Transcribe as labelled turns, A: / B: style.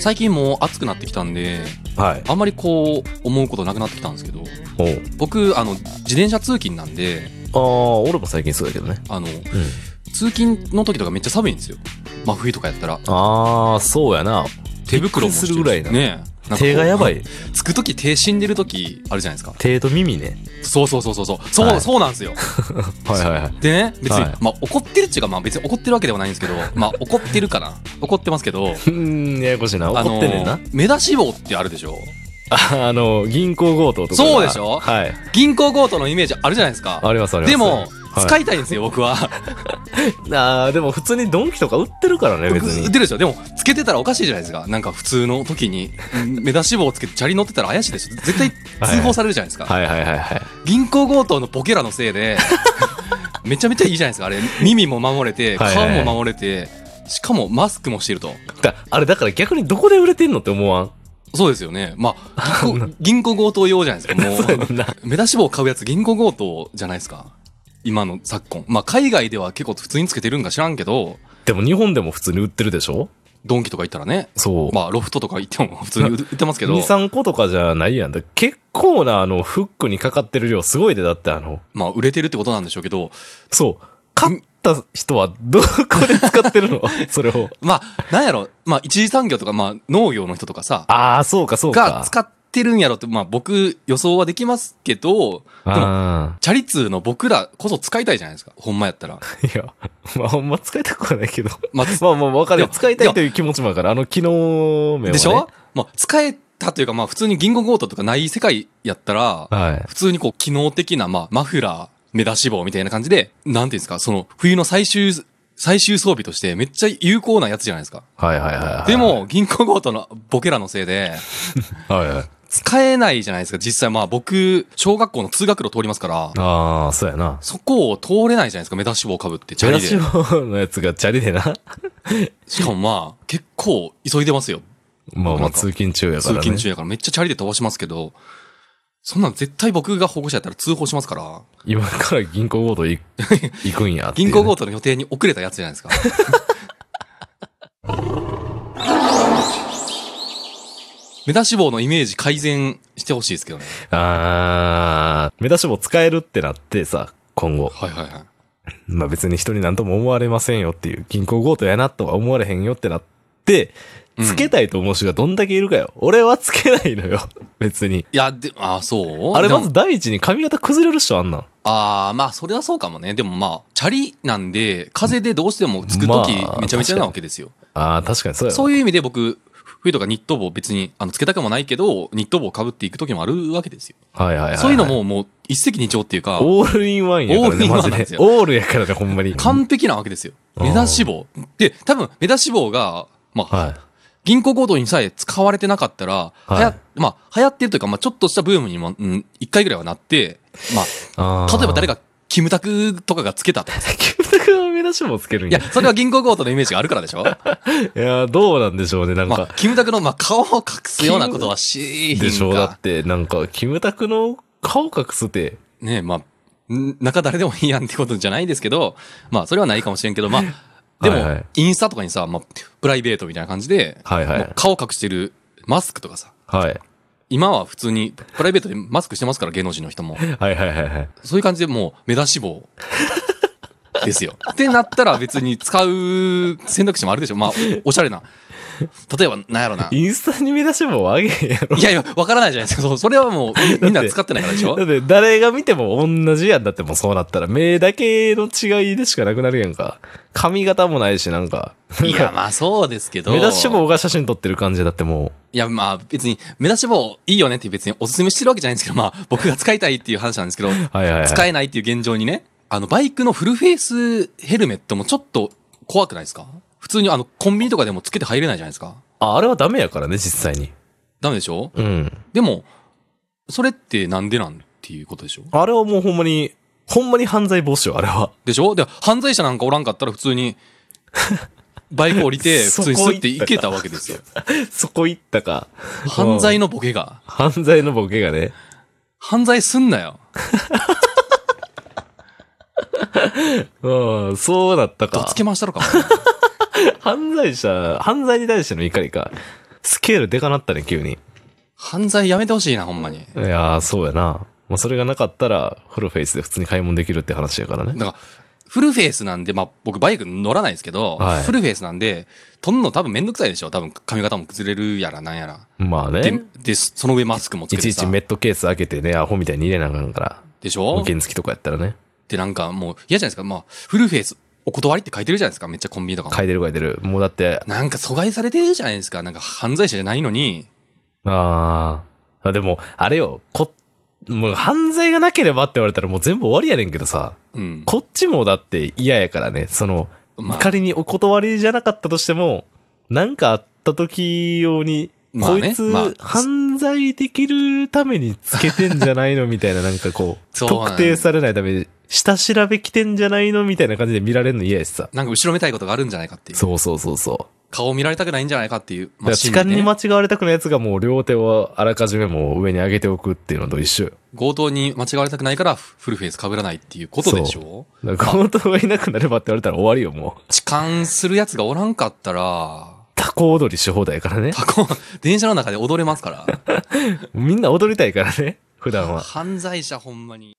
A: 最近もう暑くなってきたんで、
B: はい。
A: あんまりこう思うことなくなってきたんですけど、
B: おう
A: 僕、あの、自転車通勤なんで、
B: ああ、俺も最近そうだけどね。
A: あの、
B: うん。
A: 通勤の時とかめっちゃ寒いんですよ。真冬とかやったら。
B: ああ、そうやな。
A: 手袋もして
B: びっくりするぐらいな
A: ねえなんかこう
B: 手がやば。い。
A: つく時手死んでる時あるじゃないですか。
B: 手と耳ね。
A: そうそうそうそうそう。そう、
B: はい
A: そうなんですよ。
B: はいはいはい。
A: でね、別に、
B: はい
A: まあ怒ってるっていうか、まあ別に怒ってるわけではないんですけど、まあ怒ってるかな。怒ってますけど、
B: うーん、ややこしい な。怒ってんねん
A: あ
B: な
A: の。目出し帽ってあるでしょ
B: あの、銀行強盗とかが。
A: そうでしょ
B: はい。
A: 銀行強盗のイメージあるじゃないですか。
B: ありますあります。
A: でも、
B: はい
A: 使いたいんですよ、僕は。
B: あーでも普通にドンキとか売ってるからね、別
A: 出
B: に。
A: るでしょ。でも、つけてたらおかしいじゃないですか。なんか普通の時に、目出し帽をつけて、チャリ乗ってたら怪しいでしょ。絶対通報されるじゃないですか。
B: はいはいはいはい。
A: 銀行強盗のボケラのせいで、 めちゃめちゃいいじゃないですか。あれ、耳も守れて、
B: はいは
A: 顔
B: いはい
A: も守れて、しかもマスクもしてると。
B: だあれだから逆にどこで売れてんのって思わん。
A: そうですよね。まあ、銀行銀行強盗用じゃないですか。も
B: そうや
A: う、
B: んな。
A: 目出し帽買うやつ銀行強盗じゃないですか。今の昨今。まあ、海外では結構普通につけてるんか知らんけど、
B: でも日本でも普通に売ってるでしょ
A: ドンキとか行ったらね、
B: そう。
A: まあ、ロフトとか行っても普通に売ってますけど
B: 2、、3個とかじゃないやん。だ結構な、あの、フックにかかってる量すごいで、だってあの、
A: まあ、売れてるってことなんでしょうけど、
B: そう。買った人はどこで使ってる のそれを。
A: まあ、なんやろ、まあ、一次産業とか、まあ、農業の人とかさ、
B: ああ、そうか、そう
A: が
B: か。
A: 使ってるんやろって、まあ、僕、予想はできますけど、でも、
B: あ
A: チャリ通の僕らこそ使いたいじゃないですか。ほんまやったら。
B: あ。いや、まあ、ほんま使いたくはないけど。
A: ま あ、つ
B: まあまあ、わかるよ
A: いや
B: 使いたいという気持ちもあるから、あの、機能面は、ね。
A: でしょまあ、使えたというか、まあ、普通に銀行強盗とかない世界やったら、
B: はい。
A: 普通にこう、機能的な、まあ、マフラー、目出し帽みたいな感じで、なんていうんですか、その、冬の最終、最終装備としてめっちゃ有効なやつじゃないですか。
B: はいはいはいはい。
A: で、も、銀行強盗のボケらのせいで、
B: はいはい。
A: 使えないじゃないですか。実際、まあ僕、小学校の通学路通りますから、
B: ああ、そうやな。
A: そこを通れないじゃないですか、目出し帽をかぶって、チ
B: チ
A: ャ
B: ャ
A: リ
B: リ
A: で。
B: のやつがチャリでな。
A: しかもまあ、結構急いでますよ。
B: まあ
A: な
B: ま
A: ん
B: あ、
A: か
B: 通勤中やか
A: 通
B: らね。
A: 勤中やから、めっちゃチャリで飛ばしますけど、そんなん絶対僕が保護者やったら通報しますから、
B: 今から銀行強 盗行行くんやって
A: 銀
B: いうね。
A: 行強盗の予定に遅れたやつじゃない ですか。目出し帽のイメージ改善してほしいですけどね。
B: あー、目出しも使えるってなってさ、今後。
A: はいはいはい。
B: まあ別に人に何とも思われませんよっていう、銀行強盗やなとは思われへんよってなって、
A: うん
B: つけたいと思う人がどんだけいるかよ。俺はつけないのよ。 別に。
A: いや、で、ああ、そう
B: あれ
A: でも
B: まず第一に髪型崩れる人あんなん。
A: ああ、まあ、それはそうかもね。でもまあ、チャリなんで、風でどうしてもつくとき
B: ま、あ
A: めちゃめちゃなわけですよ。
B: あー、確かにそうやろ
A: そういう意味で僕、冬とかニット帽別に、あの、つけたくもないけど、ニット帽被っていくときもあるわけですよ。
B: はいはいはいはい。
A: そういうのも、もう、一石二鳥っていうか、
B: オールインワンやから
A: オールイ
B: ね、
A: ンワン
B: マジ
A: なん
B: で
A: です。よ
B: オールやからね、ほんまに。
A: 完璧なわけですよ。
B: うん
A: 目出し帽。で、多分、目出し帽が、まあ、
B: は
A: 銀行強盗にさえ使われてなかったら、
B: はい
A: はや、まあ、流行ってるというか、まあ、ちょっとしたブームにも、うん、一回ぐらいはなって、ま
B: い。あ
A: あ、例えば誰
B: が。
A: か、キムタクとかがつけたとかさ。
B: キムタクが目出しもつけるん
A: いや
B: や。、
A: それは銀行強盗のイメージがあるからでしょ
B: いや、どうなんでしょうね、なん
A: まあ
B: か。、
A: キムタクの、まあ、顔を隠すようなことはしひんか
B: でしょうだって、なんか、キムタクの顔隠すって、
A: ねえ、まあ、ん中誰でもいいやんってことじゃないですけど、まあ、それはないかもしれんけど、まあ、でも、
B: はいはい
A: インスタとかにさ、まあ、プライベートみたいな感じで、
B: はい
A: ま
B: は
A: あ
B: い。
A: 顔隠してるマスクとかさ、
B: はい。
A: 今は普通にプライベートでマスクしてますから、芸能人の人も。
B: はいはいはいはい。
A: そういう感じでもう、目出し帽。ですよ。ってなったら別に使う選択肢もあるでしょ。まあ、おおしゃれな。例えば、なんやろな。
B: インスタに目出しもあげへんやろ。
A: いやいや、わからないじゃないですか。そうそれはもうみ、みんな使ってないからでしょ
B: だって誰が見ても同じやんだってもうそうなったら目だけの違いでしかなくなるやんか。髪型もないしなんか。
A: いや、まあそうですけど。
B: 目出し帽が写真撮ってる感じだっても
A: いや、まあ別に、目出し帽いいよねって別にお勧めしてるわけじゃないんですけど、ま あ僕が使いたいっていう話なんですけど、
B: う。はいはいはい。
A: 使えないっていう現状にね、あのバイクのフルフェイスヘルメットもちょっと怖くないですか普通にあのコンビニとかでもつけて入れないじゃないですか。
B: あ、あれはダメやからね、実際に。
A: ダメでしょ
B: うん。
A: でも、それってなんでなんっていうことでしょ
B: あれはもうほんまに、ほんまに犯罪防止よ、あれは。
A: でしょで、犯罪者なんかおらんかったら普通に、バイク降りて、普通にスッて行けたわけですよ。
B: そこ行ったか。
A: 犯罪のボケが。
B: 犯罪のボケがね。
A: 犯罪すんなよ。
B: うん、そうだった
A: ど
B: か
A: つ。けましたのかも。
B: 犯罪者、犯罪に対しての怒りか。スケールでかなったね、急に。
A: 犯罪やめてほしいな、ほんまに。
B: いやー、そうやな。まあ、それがなかったら、フルフェイスで普通に買い物できるって話やからね。
A: だから、フルフェイスなんで、まあ、僕バイク乗らないですけど、
B: はい
A: フルフェイスなんで、撮んの多分めんどくさいでしょ多分髪型も崩れるやらなんやら。
B: まあ
A: で
B: ね。、
A: で、その上マスクもつけ
B: いち
A: て
B: い
A: さ
B: ちメットケース開けてね、アホみたいに入れなあかんから。
A: でしょ
B: 保険付きとかやったらね。
A: ってなんかもう嫌じゃないですか。まあ、フルフェイス、お断りって書いてるじゃないですか。めっちゃコンビニとかも。
B: 書いてる書いてる。もうだって、
A: なんか阻害されてるじゃないですか。なんか犯罪者じゃないのに。
B: あーあ。でも、あれよ、こ、もう犯罪がなければって言われたらもう全部終わりやねんけどさ。
A: うん。
B: こっちもだって嫌やからね、その、
A: まあ
B: 仮にお断りじゃなかったとしても、なんかあった時用に、
A: まあね
B: こいつ、
A: まあ
B: 犯罪できるためにつけてんじゃないのみたいな、なんかこう、
A: そうなん
B: 特定されないために、下調べ来てんじゃないのみたいな感じで見られるの嫌やしさ。
A: なんか後ろめたいことがあるんじゃないかっていう。
B: そうそうそうそう。
A: 顔を見られたくないんじゃないかっていう。
B: だから痴漢
A: 心理
B: に
A: ね
B: 間違われたくないやつがもう両手をあらかじめもう上に上げておくっていうのと一緒よ。
A: 強盗に間違われたくないからフルフェイス被らないっていうことでしょ
B: だから強盗がいなくなればって言われたら終わりよ、もう。
A: 痴漢するやつがおらんかったら、
B: タコ踊りし放題やからね。
A: タコ、電車の中で踊れますから。
B: みんな踊りたいからね、普段は。
A: 犯罪者ほんまに。